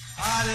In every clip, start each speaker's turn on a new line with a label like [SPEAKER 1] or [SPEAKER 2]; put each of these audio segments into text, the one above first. [SPEAKER 1] Hare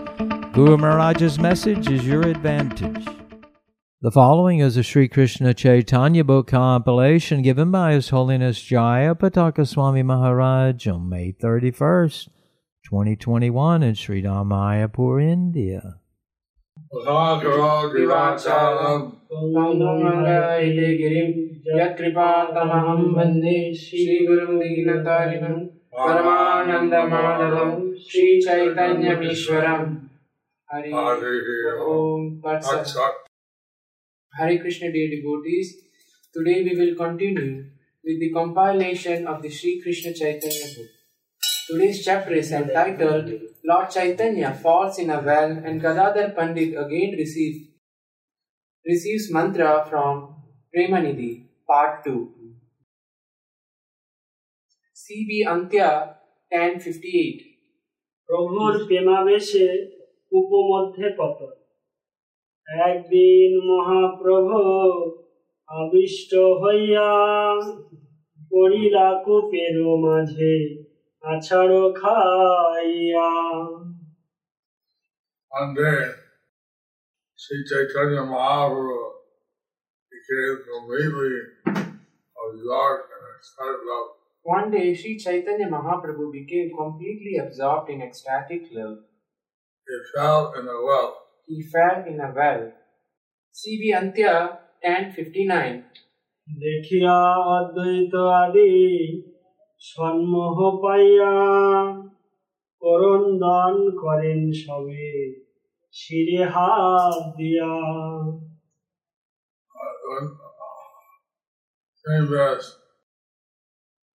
[SPEAKER 2] Guru Maharaj's message is your advantage. The following is a Sri Krishna Chaitanya book compilation given by His Holiness Jaya Pataka Swami Maharaj on May 31st, 2021 in Sri Damayapur, India.
[SPEAKER 3] भागवाग्रिवाचालम्
[SPEAKER 4] ङ्गायते गिरिं यत्कृपातमहं वन्दे श्रीगुरुं दीनतारिणं परमानन्दमानवं श्रीचैतन्यमीश्वरम् हरे ॐ तत्सत्। Hare Krishna dear devotees, today we will continue with the compilation of the Sri Krishna Chaitanya book. Today's chapter is entitled Lord Chaitanya falls in a well and Gadadhar Pandit again receives receives mantra from Premanidi, part 2. CB Antya 1058
[SPEAKER 5] প্রভুর প্রেমাবেশে উপমধ্যে পত একদিন মহাপ্রভু আবিষ্ট হইয়া পড়িলা কূপের মাঝে আছাড় খাইয়া
[SPEAKER 3] And then Sri Chaitanya Mahaprabhu became completely absorbed in ecstatic love.
[SPEAKER 4] One day, Sri Chaitanya Mahaprabhu became completely absorbed in ecstatic love.
[SPEAKER 3] He fell in a well.
[SPEAKER 4] He fell in a well. C.B. Antya 1059
[SPEAKER 5] দেখিয়া অদ্বৈত আদি সন্মোহ পাইয়া করন্দন করেন সবে শিরে হাত দিয়া
[SPEAKER 3] Same as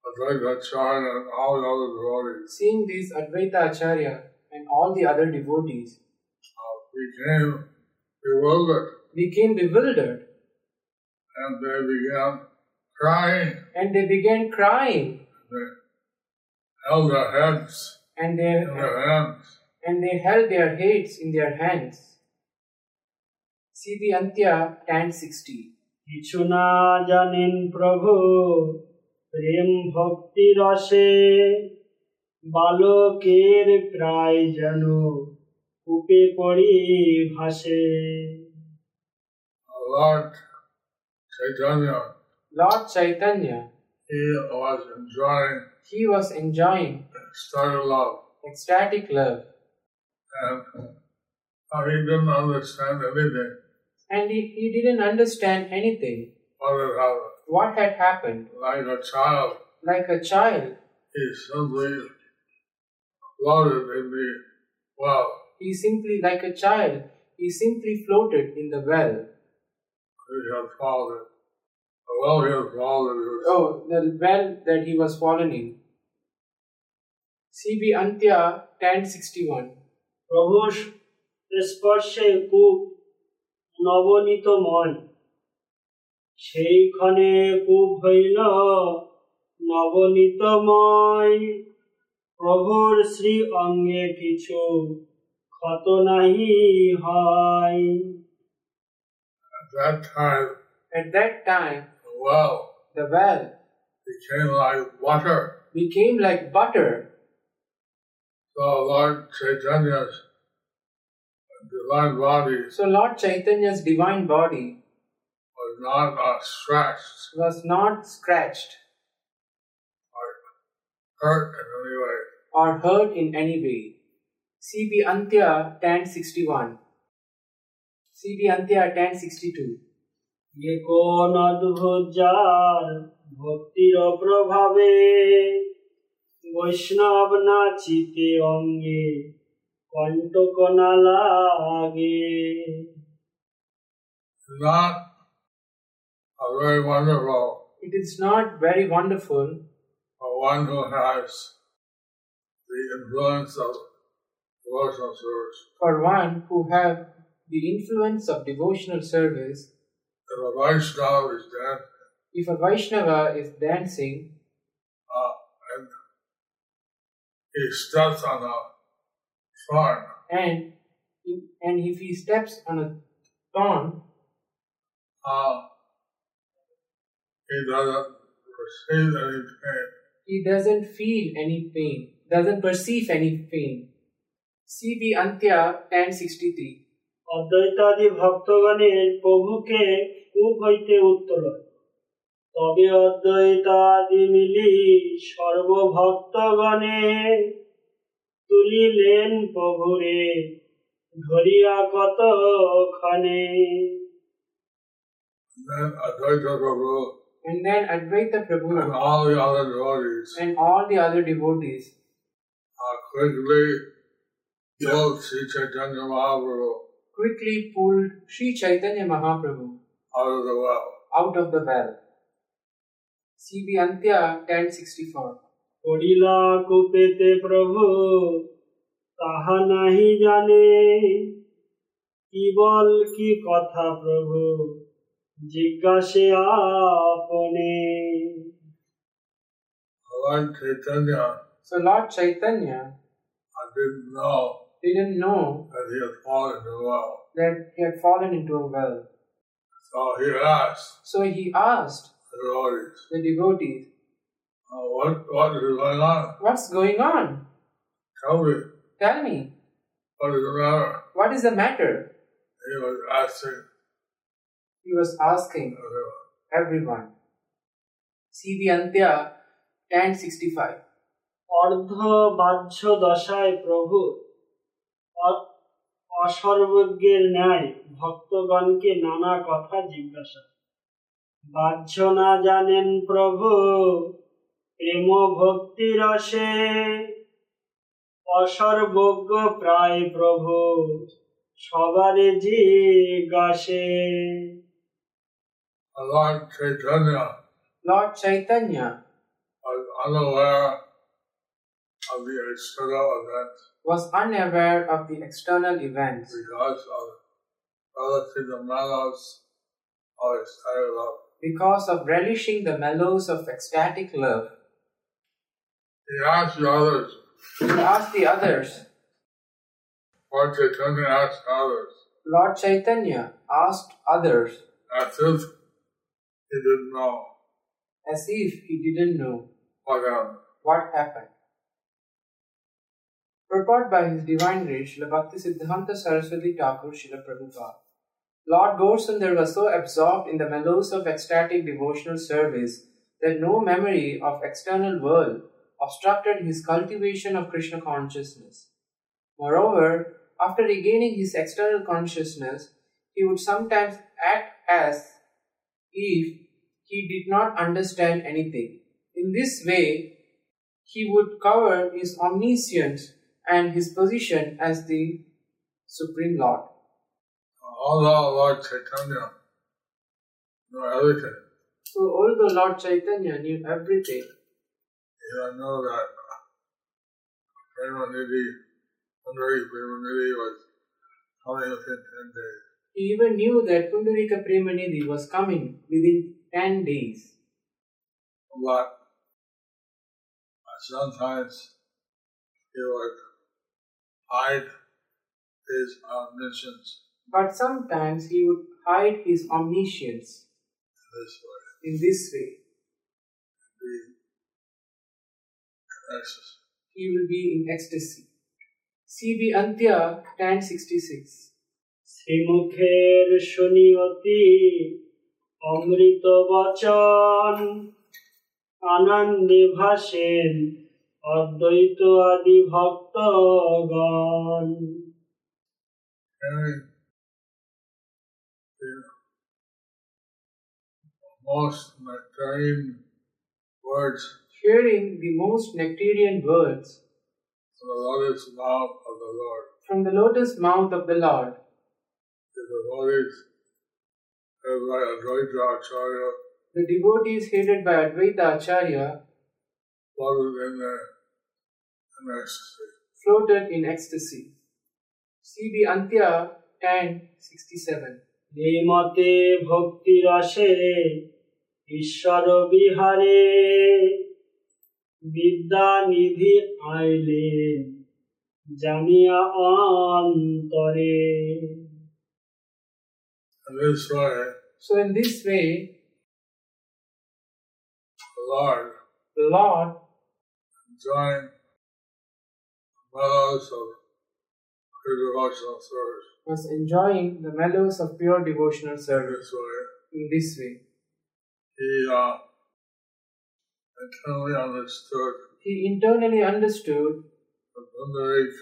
[SPEAKER 3] Advaita Acharya and all the other devotees
[SPEAKER 4] Seeing this, Advaita Acharya and all the other devotees
[SPEAKER 3] uh, became bewildered
[SPEAKER 4] became bewildered
[SPEAKER 3] and they began crying.
[SPEAKER 4] and they began crying
[SPEAKER 3] They held their heads
[SPEAKER 4] and
[SPEAKER 3] in
[SPEAKER 4] they,
[SPEAKER 3] their hands.
[SPEAKER 4] and they held their heads in their hands. C.B. Antya 1060
[SPEAKER 5] কিছু না জানেন প্রভু প্রেম ভক্তি রসে বালকের প্রায় যেন কূপে পড়ি ভাসে
[SPEAKER 3] Lord Chaitanya,
[SPEAKER 4] Lord Chaitanya,
[SPEAKER 3] he was enjoying
[SPEAKER 4] he was enjoying
[SPEAKER 3] ecstatic love,
[SPEAKER 4] ecstatic love
[SPEAKER 3] and uh, he didn't understand anything
[SPEAKER 4] and he, he didn't understand anything.
[SPEAKER 3] what had happened.
[SPEAKER 4] What had happened?
[SPEAKER 3] Like a child,
[SPEAKER 4] Like a child,
[SPEAKER 3] he simply floated in the well.
[SPEAKER 4] he simply, like a child, he simply floated in the well.
[SPEAKER 3] He had fallen. The well he had fallen. He was
[SPEAKER 4] Oh, the well that he was fallen in. C.B. Antya 1061.
[SPEAKER 5] প্রভু স্পর্শে কূপ নবনীত মন সেইখানে কূপ হইল নবনীতময় প্রভুর শ্রী অঙ্গে কিছু ক্ষত নাহি হয়
[SPEAKER 3] At that time,
[SPEAKER 4] At that time,
[SPEAKER 3] the well
[SPEAKER 4] the well
[SPEAKER 3] became like water.
[SPEAKER 4] became like butter.
[SPEAKER 3] So Lord Chaitanya's divine body
[SPEAKER 4] So Lord Chaitanya's divine body
[SPEAKER 3] was not uh, stretched
[SPEAKER 4] was not scratched
[SPEAKER 3] or hurt in any way.
[SPEAKER 4] or hurt in any way. C.B. Antya 1061. C.B. Antya 1062.
[SPEAKER 5] এ কোন অদ্ভুত যার ভক্তির প্রভাবে বৈষ্ণব নাচিতে অঙ্গে কণ্টক না লাগে
[SPEAKER 3] Not a very wonderful
[SPEAKER 4] It is not very wonderful
[SPEAKER 3] for one who has the influence of devotional service.
[SPEAKER 4] For one who have the influence of devotional service,
[SPEAKER 3] If a Vaishnava is dead
[SPEAKER 4] if a Vaishnava is dancing
[SPEAKER 3] uh, and he steps on a thorn,
[SPEAKER 4] and and if he steps on a thorn,
[SPEAKER 3] uh, he doesn't receive any pain.
[SPEAKER 4] he doesn't feel any pain, doesn't perceive any pain. CB Antya 1063
[SPEAKER 5] অদ্বৈতাদি ভক্তগণের প্রভুকে কূপ হইতে উত্তোলন তবে অদ্বৈতাদি মিলি সর্বভক্তগণে তুলিলেন প্রভুরে ধরিয়া কতক্ষণে
[SPEAKER 3] Then Advaita Prabhu
[SPEAKER 4] And then Advaita
[SPEAKER 3] and
[SPEAKER 4] Prabhu
[SPEAKER 3] all the other devotees
[SPEAKER 4] and all the other devotees
[SPEAKER 3] uh, quickly killed Sri Chaitanya Mahaprabhu
[SPEAKER 4] quickly pulled Sri Chaitanya Mahaprabhu
[SPEAKER 3] out of the well.
[SPEAKER 4] out of the well. CB Antya 1064
[SPEAKER 5] পড়িলা কূপেতে প্রভু তাহা নাহি জানে কি বল কি কথা প্রভু জিজ্ঞাসে আপনে
[SPEAKER 3] Lord Chaitanya
[SPEAKER 4] So Lord Chaitanya
[SPEAKER 3] I didn't know
[SPEAKER 4] didn't know
[SPEAKER 3] that he had fallen in the well.
[SPEAKER 4] that he had fallen into a well.
[SPEAKER 3] So he asked
[SPEAKER 4] So he asked
[SPEAKER 3] the devotees,
[SPEAKER 4] the devotees,
[SPEAKER 3] uh, what, what is going on?
[SPEAKER 4] What's going on?
[SPEAKER 3] Tell me,
[SPEAKER 4] Tell me,
[SPEAKER 3] what is the matter?
[SPEAKER 4] what is the matter?
[SPEAKER 3] He was asking
[SPEAKER 4] He was asking
[SPEAKER 3] everyone.
[SPEAKER 4] everyone. CB Antya 1065
[SPEAKER 5] অর্ধ বাহ্য দশায় প্রভু অ- অসর্বজ্ঞের ন্যায় ভক্তগণকে নানা কথা জিজ্ঞাসা বাহ্য না জানেন প্রভু প্রেম ভক্তি রসে অসর্বজ্ঞ প্রায় প্রভু সবারে জিজ্ঞাসে
[SPEAKER 3] The Lord Chaitanya
[SPEAKER 4] Lord Chaitanya
[SPEAKER 3] was unaware of the external event
[SPEAKER 4] was unaware of the external events
[SPEAKER 3] because of relative amounts of his higher love.
[SPEAKER 4] because of relishing the mellows of ecstatic love.
[SPEAKER 3] He asked the others,
[SPEAKER 4] He asked the others,
[SPEAKER 3] Lord Chaitanya asked others,
[SPEAKER 4] Lord Chaitanya asked others
[SPEAKER 3] as if he didn't know
[SPEAKER 4] as if he didn't know
[SPEAKER 3] what happened.
[SPEAKER 4] what happened. Purport by His Divine Grace, Srila Bhakti Siddhanta Saraswati Thakur, Srila Prabhupada. Lord Gorsundar was so absorbed in the mellows of ecstatic devotional service that no memory of external world obstructed his cultivation of Krishna consciousness. Moreover, after regaining his external consciousness, he would sometimes act as if he did not understand anything. In this way, he would cover his omniscience and his position as the Supreme Lord.
[SPEAKER 3] Although Lord Chaitanya knew everything,
[SPEAKER 4] So, although Lord Chaitanya knew everything,
[SPEAKER 3] he didn't know that Premanidhi, Pundarik Premanidhi was coming within 10 days.
[SPEAKER 4] he even knew that Pundarika Premanidhi was coming within 10 days.
[SPEAKER 3] But sometimes he would hide his omniscience
[SPEAKER 4] But sometimes he would hide his omniscience
[SPEAKER 3] in this way.
[SPEAKER 4] in this way.
[SPEAKER 3] The ecstasy.
[SPEAKER 4] He will be in ecstasy. CB Antya 1066
[SPEAKER 5] শ্রীমুখের শুনি অতি অমৃত বচন আনন্দে ভাসেন অদ্বৈত আদি ভক্তগণ
[SPEAKER 3] Hearing the most mundane words
[SPEAKER 4] Hearing the most nectarian words
[SPEAKER 3] from the lotus mouth of the Lord.
[SPEAKER 4] from the lotus mouth of the Lord,
[SPEAKER 3] The devotees, led by Advaita Acharya,
[SPEAKER 4] the devotees headed by Advaita Acharya
[SPEAKER 3] floated in their in ecstasy.
[SPEAKER 4] floated in ecstasy. C.B. Antya 1067.
[SPEAKER 5] নিমতে ভক্তি রসে ঈশ্বর বিহারে বিদ্যা নিধি আইলে জানিয়া অন্তরে
[SPEAKER 3] And this way,
[SPEAKER 4] So in this way,
[SPEAKER 3] the Lord
[SPEAKER 4] the Lord
[SPEAKER 3] joined us of true devotional service.
[SPEAKER 4] was enjoying the mellows of pure devotional
[SPEAKER 3] And
[SPEAKER 4] service
[SPEAKER 3] this way,
[SPEAKER 4] in this way.
[SPEAKER 3] he uh, internally understood
[SPEAKER 4] He internally understood
[SPEAKER 3] the Pundarik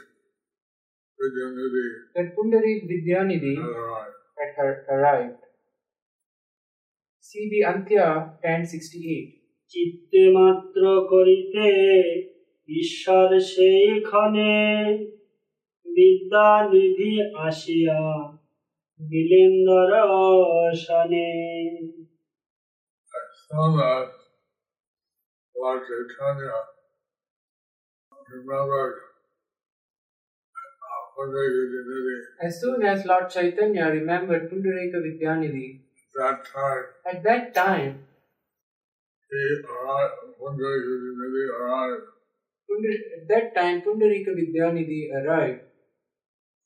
[SPEAKER 3] virginity
[SPEAKER 4] that Pundarik Vidyanidhi
[SPEAKER 3] and arrived.
[SPEAKER 4] had her- arrived. C.B. Antya 1068.
[SPEAKER 5] চিত্তে মাত্র করিতে ঈশ্বর সেইখানে বিদ্যা নিধি আসিয়া বিলেন্দর সনে
[SPEAKER 3] Some of Lord Chaitanya remembered uh, Pundarik virginity
[SPEAKER 4] As soon as Lord Chaitanya remembered Pundarika Vidyanidhi,
[SPEAKER 3] at that time.
[SPEAKER 4] at that time
[SPEAKER 3] He arrived, Pundarik virginity arrived
[SPEAKER 4] Pundar- at that time Pundarika Vidyanidhi arrived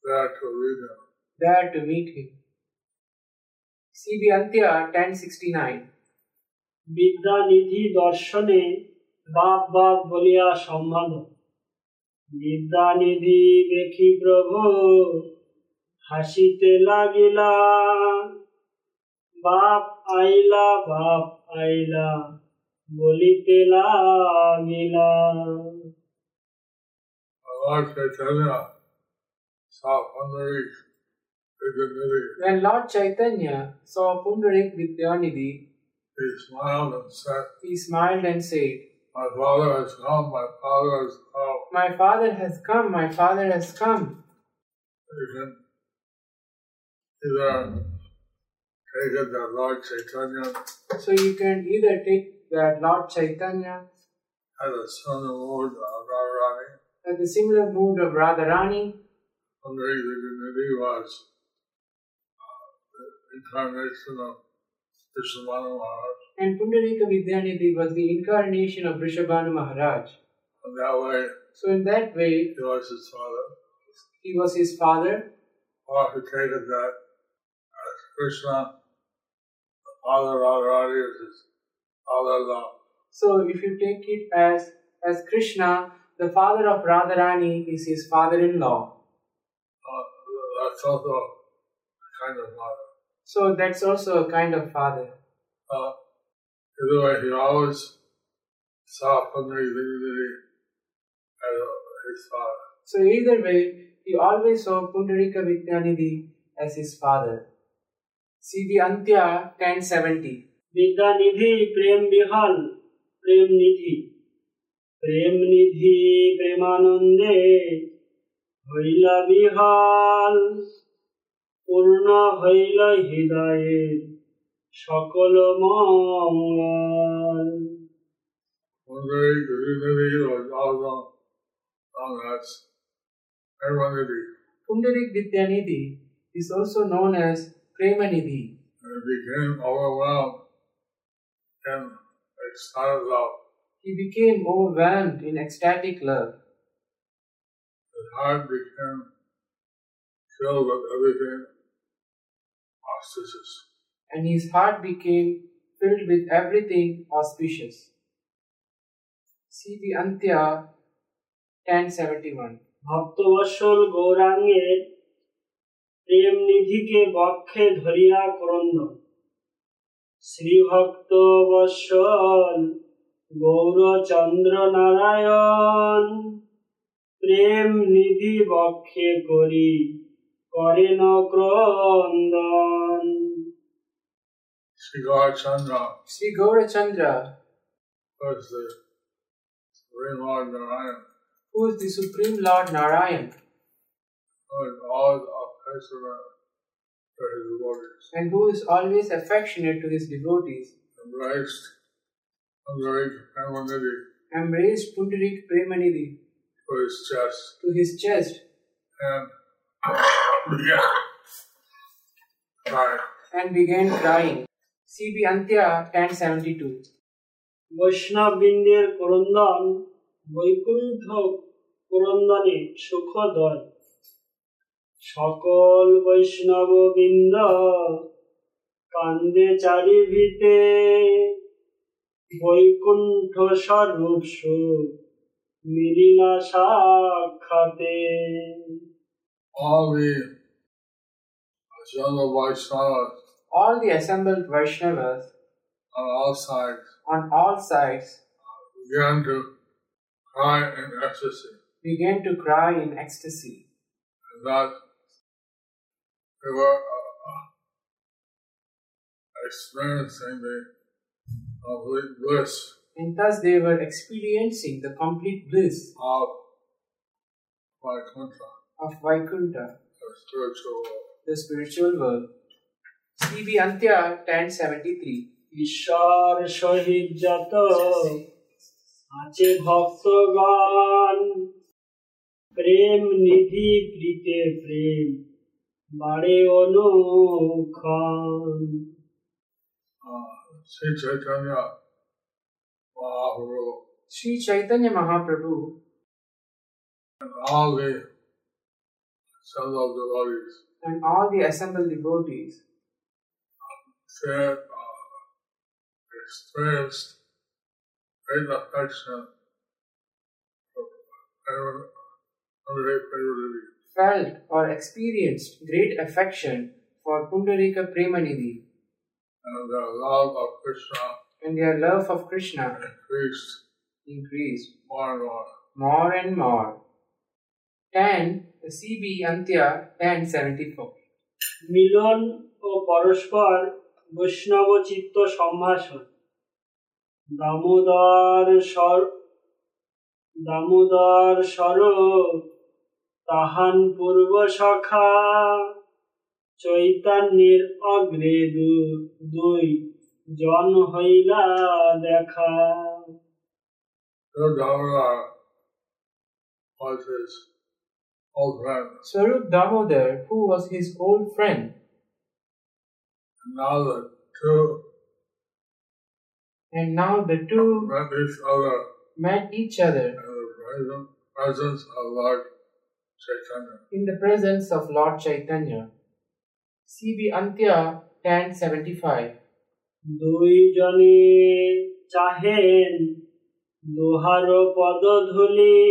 [SPEAKER 3] there to read him.
[SPEAKER 4] there to meet him. C.B. Antya 1069.
[SPEAKER 5] বিদ্যা নিধি দর্শনে বাপ বাপ বলিয়া সম্বোধন বিদ্যা নিধি দেখি প্রভু হাসিতে লাগিলা বাপ আইলা বাপ আইলা বলিতে লাগিলা
[SPEAKER 3] Lord Chaitanya saw Pundarik virginity.
[SPEAKER 4] When Lord Chaitanya saw Pundarik Vidyanidhi,
[SPEAKER 3] He smiled and said,
[SPEAKER 4] he smiled and said,
[SPEAKER 3] My father has come, my father has come.
[SPEAKER 4] My father has come, my father has come.
[SPEAKER 3] You can either take it that Lord Chaitanya
[SPEAKER 4] So you can either take that Lord Chaitanya
[SPEAKER 3] had a son in Lord Radharani.
[SPEAKER 4] at the similar mood of Radharani,
[SPEAKER 3] Pundarik virginity was uh, the incarnation of Krishna Maharaj.
[SPEAKER 4] and Pundarika Vidyanidhi was the incarnation of Vrishabhanu Maharaj.
[SPEAKER 3] And that way,
[SPEAKER 4] So in that way,
[SPEAKER 3] he was his father.
[SPEAKER 4] he was his father,
[SPEAKER 3] Or if you take it that as Krishna, the father of Radharani is his father in law.
[SPEAKER 4] So if you take it as as Krishna, the father of Radharani is his father-in-law.
[SPEAKER 3] Uh, that's also a kind of father.
[SPEAKER 4] So that's also a kind of father.
[SPEAKER 3] Uh, either way, he always saw Pundarik Virginity as a- his father.
[SPEAKER 4] So either way, he always saw Pundarika Vidyanidhi as his father. C.B. Antya 1070.
[SPEAKER 5] বিদ্যা নিধি প্রেম বিহল প্রেম নিধি প্রেম নিধি প্রেমানন্দে হইলা বিহাল পূর্ণ হইল হৃদয়ের সকল মঙ্গল
[SPEAKER 3] Pundarik Virginity was also known as Hermanity,
[SPEAKER 4] Pundarik Vidyanidhi is also known as Premanidhi
[SPEAKER 3] and he became overwhelmed and excited love.
[SPEAKER 4] He became overwhelmed in ecstatic love.
[SPEAKER 3] His heart became filled with everything auspicious.
[SPEAKER 4] and his heart became filled with everything auspicious. C.B. Antya 1071.
[SPEAKER 5] ভক্তবৎসল গৌরাঙ্গের প্রেম নিধিকে বক্ষে ধরিয়া ক্রন্দ শ্রীভক্ত বৎসল গৌরচন্দ্র নারায়ণ প্রেম নিধি বক্ষে করি করেন ক্রন্দন
[SPEAKER 3] Sri Gaurachandra
[SPEAKER 4] Sri Gaurachandra,
[SPEAKER 3] was the Supreme Lord Narayan.
[SPEAKER 4] who is the Supreme Lord Narayan
[SPEAKER 3] was always affectionate to his devotees,
[SPEAKER 4] and who is always affectionate to his devotees,
[SPEAKER 3] embraced Pundarik Hermanity
[SPEAKER 4] embraced Pundarik Premanidhi
[SPEAKER 3] to his chest, Um,
[SPEAKER 4] to his chest
[SPEAKER 3] and began crying.
[SPEAKER 4] and began crying. CB Antya 1072.
[SPEAKER 5] বৈষ্ণববৃন্দের ক্রন্দন বৈকুণ্ঠ ক্রন্দনে সুখদয় সকল বৈষ্ণব বৃন্দ কান্দে চারিভিতে বৈকুণ্ঠ স্বরূপ সুখ মিলিলা সাক্ষাতে
[SPEAKER 3] All the Ajahn Vaishnavas
[SPEAKER 4] All the assembled Vaishnavas
[SPEAKER 3] on all sides
[SPEAKER 4] on all sides
[SPEAKER 3] began to cry in ecstasy.
[SPEAKER 4] began to cry in ecstasy
[SPEAKER 3] and that they were uh, experiencing the complete bliss
[SPEAKER 4] and thus they were experiencing the complete bliss
[SPEAKER 3] of my contract
[SPEAKER 4] of Vaikuntha,
[SPEAKER 3] of spiritual world.
[SPEAKER 4] the spiritual world. CB Antya 1073.
[SPEAKER 5] ঈশ্বর সহিত যত আছে ভক্তগণ প্রেম নিধি প্রীতে প্রেম বাড়ে অনুক্ষণ
[SPEAKER 3] Uh, Sri Chaitanya Mahaprabhu
[SPEAKER 4] Sri Chaitanya Mahaprabhu
[SPEAKER 3] and all the fellow devotees
[SPEAKER 4] and all the assembled devotees
[SPEAKER 3] said, uh, experienced great affection for everyone, every devotee.
[SPEAKER 4] felt or experienced great affection for Pundarika Premanidhi
[SPEAKER 3] and the love of Krishna
[SPEAKER 4] and their love of Krishna
[SPEAKER 3] increased
[SPEAKER 4] increased
[SPEAKER 3] more and more.
[SPEAKER 4] more and more. 10. The CB Antya 1074.
[SPEAKER 5] মিলন ও পরস্পর বৈষ্ণব চিত্ত সম্ভাষণ দামোদর সর দামোদর সর তাহান পূর্ব সখা চৈতন্যের অগ্রে দু- দুই জন হইলা দেখা
[SPEAKER 3] So Dhammara uh, was his old friend.
[SPEAKER 4] Swarup Damodar, who was his old friend,
[SPEAKER 3] And now the two
[SPEAKER 4] and now the two
[SPEAKER 3] met each other
[SPEAKER 4] met each other
[SPEAKER 3] in the present- presence of Lord Chaitanya.
[SPEAKER 4] in the presence of Lord Chaitanya. CB Antya 1075.
[SPEAKER 5] দুই জনে চাহেন দোহার পদ ধুলি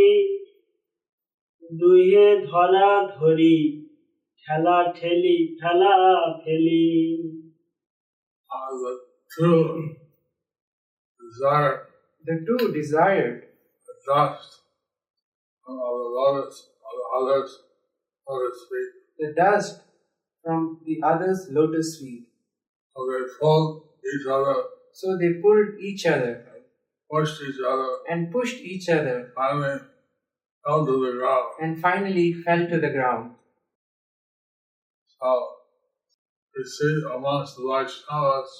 [SPEAKER 5] দুহে ধরা ধরি ঠেলা ঠেলি ফেলা ফেলি
[SPEAKER 3] Uh, the two desire
[SPEAKER 4] The two desired
[SPEAKER 3] the dust of the lotus of the others, so to speak.
[SPEAKER 4] the dust from the other's lotus feet.
[SPEAKER 3] So they pulled each other,
[SPEAKER 4] So they pulled each other
[SPEAKER 3] pushed each other,
[SPEAKER 4] and pushed each other
[SPEAKER 3] finally fell to the ground.
[SPEAKER 4] and finally fell to the ground.
[SPEAKER 3] So you see amongst the Vaishnavas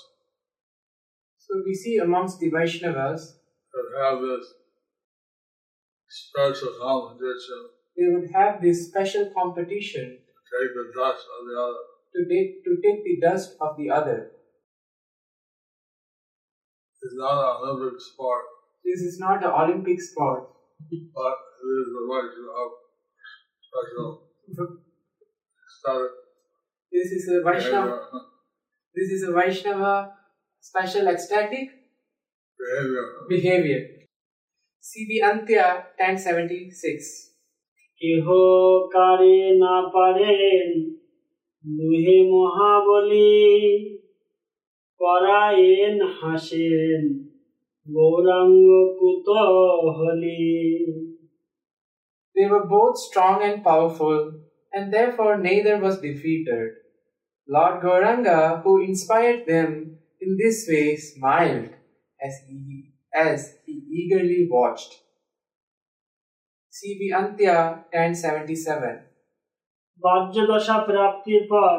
[SPEAKER 4] So we see amongst the Vaishnavas,
[SPEAKER 3] that have this spiritual competition
[SPEAKER 4] they would have this special competition
[SPEAKER 3] to take the dust of the other.
[SPEAKER 4] to take, to take the dust of the other.
[SPEAKER 3] It's not an Olympic sport,
[SPEAKER 4] This is not an Olympic sport,
[SPEAKER 3] but it is the way to have special status.
[SPEAKER 4] This is a Vaishnava.
[SPEAKER 3] behavior-
[SPEAKER 4] This is a Vaishnava special ecstatic
[SPEAKER 3] Behavior.
[SPEAKER 4] behavior. CB Antya 1076.
[SPEAKER 5] কেহ কারে না পারেন দুহে মহাবলী করায়েন হাসেন Gauranga কুতহলী
[SPEAKER 4] They were both strong and powerful, and therefore neither was defeated. Lord Gauranga, who inspired them in this way, smiled as he, as he eagerly watched. CB Antya 1077.
[SPEAKER 5] বাহ্যদশা প্রাপ্তির পর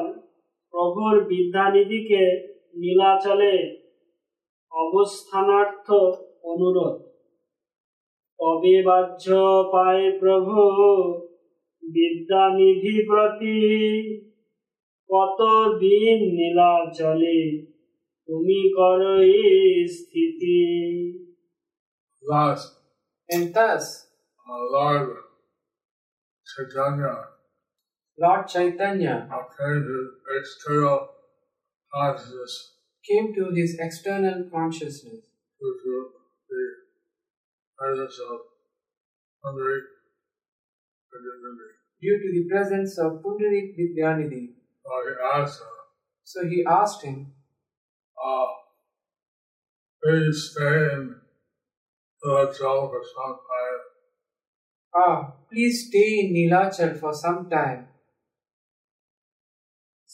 [SPEAKER 5] প্রভুর বিদ্যানিধিকে নীলাচলে অবস্থানার্থ অনুরোধ তবে বাহ্য পায় প্রভু বিদ্যানিধি প্রতি কতদিন নীলা চলে তুমি করো এই স্থিতি
[SPEAKER 3] Last,
[SPEAKER 4] And thus,
[SPEAKER 3] our Lord Chaitanya
[SPEAKER 4] Lord Chaitanya
[SPEAKER 3] obtained his external consciousness
[SPEAKER 4] came to his external consciousness
[SPEAKER 3] due to the presence of Henry Virginity.
[SPEAKER 4] due to the presence of Pundarik Vidyanidhi.
[SPEAKER 3] I asked her,
[SPEAKER 4] So he asked him,
[SPEAKER 3] uh, please stay in the jail for some time.
[SPEAKER 4] Ah, please stay in Nilachal for some time.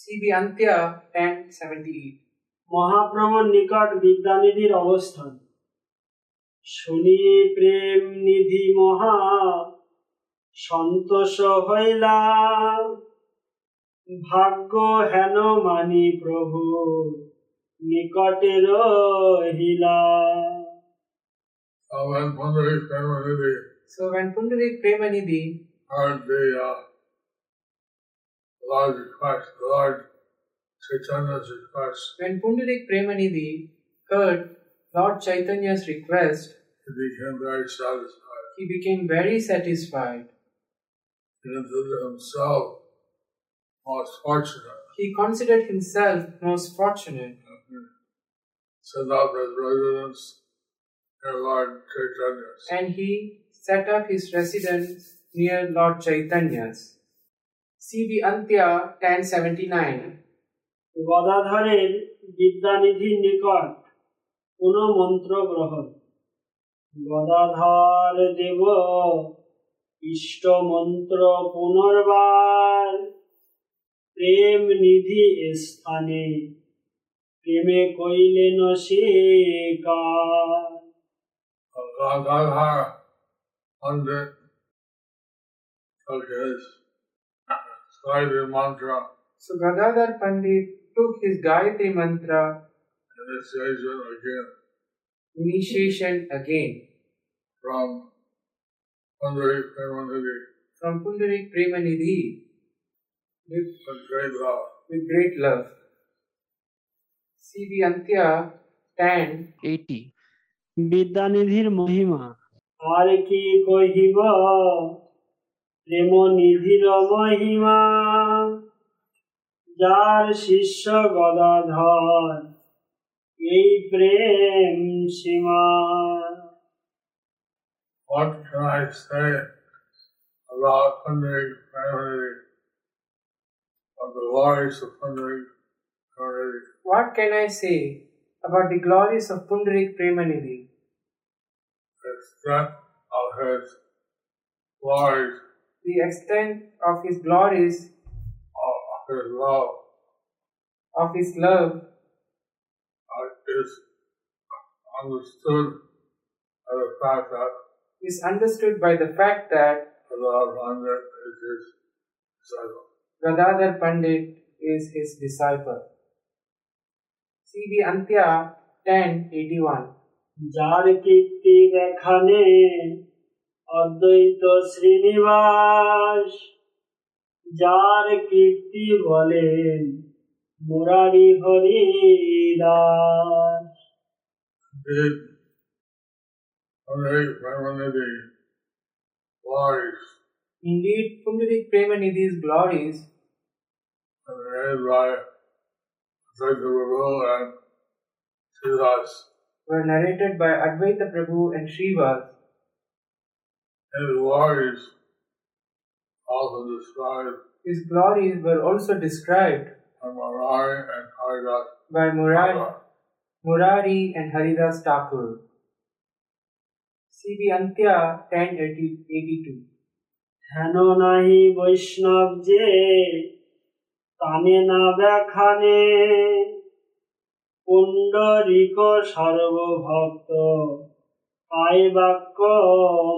[SPEAKER 4] CB Antya 1078
[SPEAKER 5] মহাপ্রভুর নিকট বিদ্যানিধির অবস্থান শুনি প্রেম নিধি মহা সন্তোষ হইলা ভাগ্য হেন মানি প্রভু নিকটে রহিলা
[SPEAKER 3] I went wondering if anybody
[SPEAKER 4] So when Pundarik Premanidhi
[SPEAKER 3] heard the uh, Lord request, Lord Chaitanya's request,
[SPEAKER 4] When Pundarik Premanidhi heard Lord Chaitanya's request,
[SPEAKER 3] he became very satisfied.
[SPEAKER 4] he became very satisfied.
[SPEAKER 3] He considered himself most fortunate.
[SPEAKER 4] He considered himself most fortunate
[SPEAKER 3] Set up his residence near
[SPEAKER 4] and he set up his residence near Lord
[SPEAKER 3] Lord Chaitanya's.
[SPEAKER 4] Chaitanya's. CB Antya 1079
[SPEAKER 5] গদাধরের বিদ্যানিধির নিকট কোন মন্ত্র গ্রহণ গদাধর দেব ইষ্ট মন্ত্র পুনর্বার প্রেম নিধি স্থানে প্রেমে কইলেন সে কার
[SPEAKER 3] Radha Pandit took his Swami mantra
[SPEAKER 4] So Gadadhar Pandit took his Gayatri mantra
[SPEAKER 3] initiation again
[SPEAKER 4] initiation again
[SPEAKER 3] from Pandari Premanidhi
[SPEAKER 4] from Pundarik Premanidhi with,
[SPEAKER 3] with great love.
[SPEAKER 4] with great love. CB Antya 10
[SPEAKER 6] 80.
[SPEAKER 5] বিদ্যানিধির মহিমা আর কি কহিব প্রেম নিধির মহিমা যার শিষ্য গদাধর এই প্রেম সীমা
[SPEAKER 3] What can I say about Pandari Premanidhi? Of the glories of Pandari Premanidhi?
[SPEAKER 4] What can I say about the glories of Pundarik Premanidhi?
[SPEAKER 3] The strength of his glories,
[SPEAKER 4] The extent of his glories,
[SPEAKER 3] of his love,
[SPEAKER 4] of his love,
[SPEAKER 3] uh, is understood by the fact that
[SPEAKER 4] is understood by the fact that
[SPEAKER 3] the Lord Ranga is his disciple.
[SPEAKER 4] Gadadhar Pandit is his disciple. CB Antya 1081
[SPEAKER 5] যার কীর্তি এখানে অদ্বৈত শ্রীনিবাস যার কীর্তি বলেন Murari Haridas
[SPEAKER 3] Did Ranga Brahmanidhi lies
[SPEAKER 4] Indeed, Pundarik Premanidhi's glories
[SPEAKER 3] and made by Advaita Prabhu and Jesus
[SPEAKER 4] were narrated by Advaita Prabhu and Srivas.
[SPEAKER 3] and lies also described
[SPEAKER 4] His glories were also described
[SPEAKER 3] by Marari and Haridas.
[SPEAKER 4] by Murari, Murari and Haridas Thakur. CB Antya 1082
[SPEAKER 5] হেন নাহি বৈষ্ণব যে তানে না ব্যাখানে পুণ্ডরিক সর্বভক্ত কায় বাক্য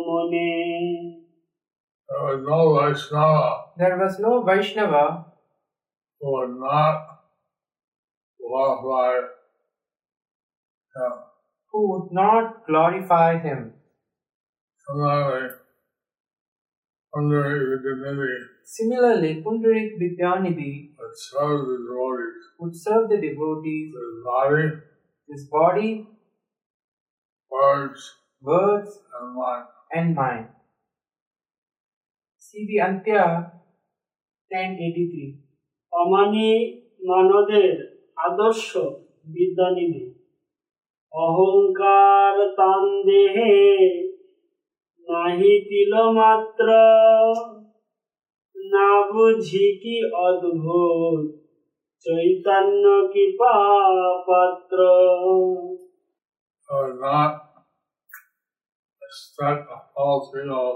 [SPEAKER 5] মনে
[SPEAKER 3] There was no Vaishnava
[SPEAKER 4] There was no Vaishnava
[SPEAKER 3] who would not glorify him.
[SPEAKER 4] who would not glorify him.
[SPEAKER 3] Similarly, Pundarikadinini
[SPEAKER 4] Similarly, Pundarik Vidyanidhi
[SPEAKER 3] would serve the devotees.
[SPEAKER 4] would serve the devotees,
[SPEAKER 3] His body,
[SPEAKER 4] his body,
[SPEAKER 3] words,
[SPEAKER 4] words,
[SPEAKER 3] and mind.
[SPEAKER 4] and mind. See the Antya 1083.
[SPEAKER 5] অমানি মানদের আদর্শ বিদ্যানিধি অহংকার তান দেহে নাহি তিল মাত্র না বুঝি কি অদ্ভুত চৈতন্য কৃপা পাত্র
[SPEAKER 3] Or not a speck of false ego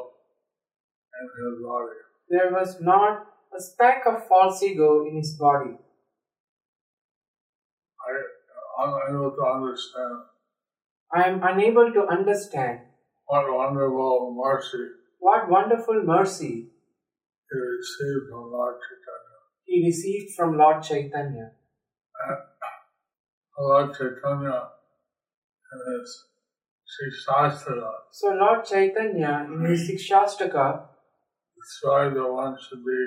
[SPEAKER 3] in his body.
[SPEAKER 4] There was not a speck of false ego in his body.
[SPEAKER 3] I am unable to understand
[SPEAKER 4] I am unable to understand
[SPEAKER 3] what wonderful mercy
[SPEAKER 4] what wonderful mercy
[SPEAKER 3] he received from Lord Chaitanya.
[SPEAKER 4] he received from Lord Chaitanya.
[SPEAKER 3] Lord Chaitanya in his Shikshastra
[SPEAKER 4] So Lord Chaitanya in his Sikshastaka
[SPEAKER 3] described that one should be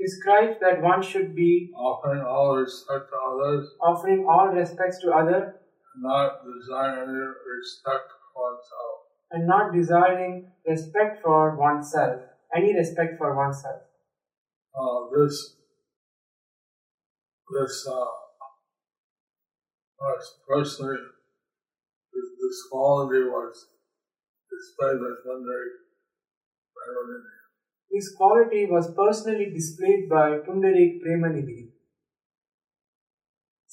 [SPEAKER 4] describes that one should be
[SPEAKER 3] offering all respect to others
[SPEAKER 4] offering all respects to other
[SPEAKER 3] and not desiring any respect for oneself.
[SPEAKER 4] and not desiring respect for oneself, any respect for oneself.
[SPEAKER 3] Uh, this this uh, us personally this, this quality was displayed by Sundari Bhagavan.
[SPEAKER 4] This quality was personally displayed by Pundarik Premanidhi.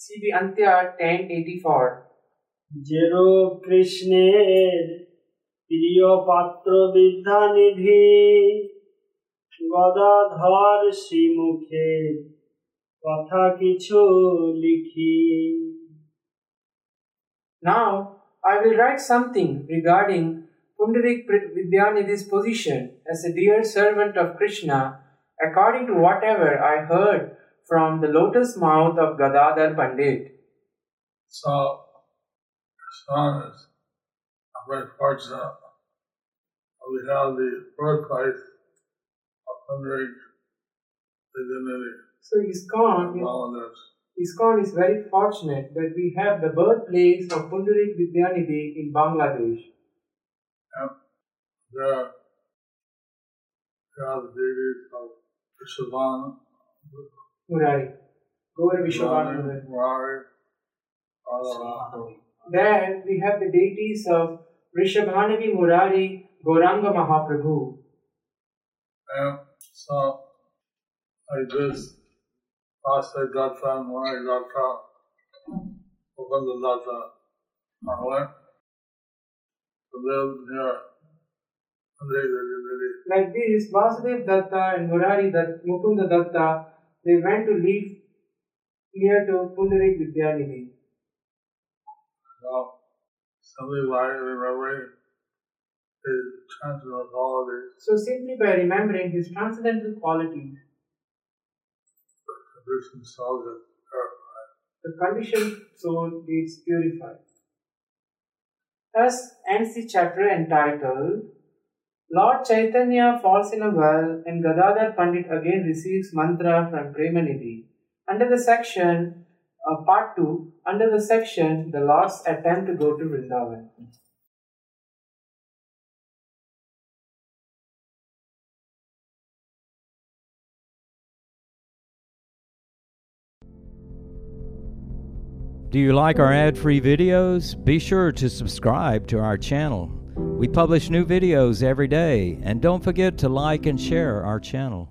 [SPEAKER 4] See the Antya 1084.
[SPEAKER 5] যেরূপ কৃষ্ণের প্রিয় পাত্র বিদ্যানিধি গদাধর শ্রীমুখে কথা কিছু লিখি
[SPEAKER 4] Now, I will write something regarding Pundarik Pri- Vidyanidhi's position as a dear servant of Krishna according to whatever I heard from the lotus mouth of Gadadhar Pandit.
[SPEAKER 3] So Krishna is a very fortunate that we have the birthplace of Sundari Bhagavan.
[SPEAKER 4] So ISKCON,
[SPEAKER 3] And all of this.
[SPEAKER 4] ISKCON is very fortunate that we have the birthplace of Pundarik Vidyanidhi in Bangladesh.
[SPEAKER 3] Yep. The God David of Vishavan,
[SPEAKER 4] Murari. Gaur Vishwananda.
[SPEAKER 3] Murari, Radha,
[SPEAKER 4] There we have the deities of Rishabhanavi Murari Goranga Mahaprabhu.
[SPEAKER 3] and so I just asked the Datta, Murari Datta, opened the Datta, I went to live near Andre Giri.
[SPEAKER 4] Like this, Vasudev Datta and Murari Datta, Mukunda Datta, they went to live near to Pundarik Vidyanidhi.
[SPEAKER 3] Now, somebody might remember the transcendental qualities.
[SPEAKER 4] So simply by remembering his transcendental qualities,
[SPEAKER 3] produce themselves as purified.
[SPEAKER 4] the conditioned soul gets purified. Thus ends the chapter entitled Lord Chaitanya falls in a well and Gadadhar Pandit again receives mantra from Premanidhi. Under the section, uh, part 2, under the section, the Lord's attempt to go to Vrindavan.
[SPEAKER 2] Do you like our ad free videos? Be sure to subscribe to our channel. We publish new videos every day, and don't forget to like and share our channel.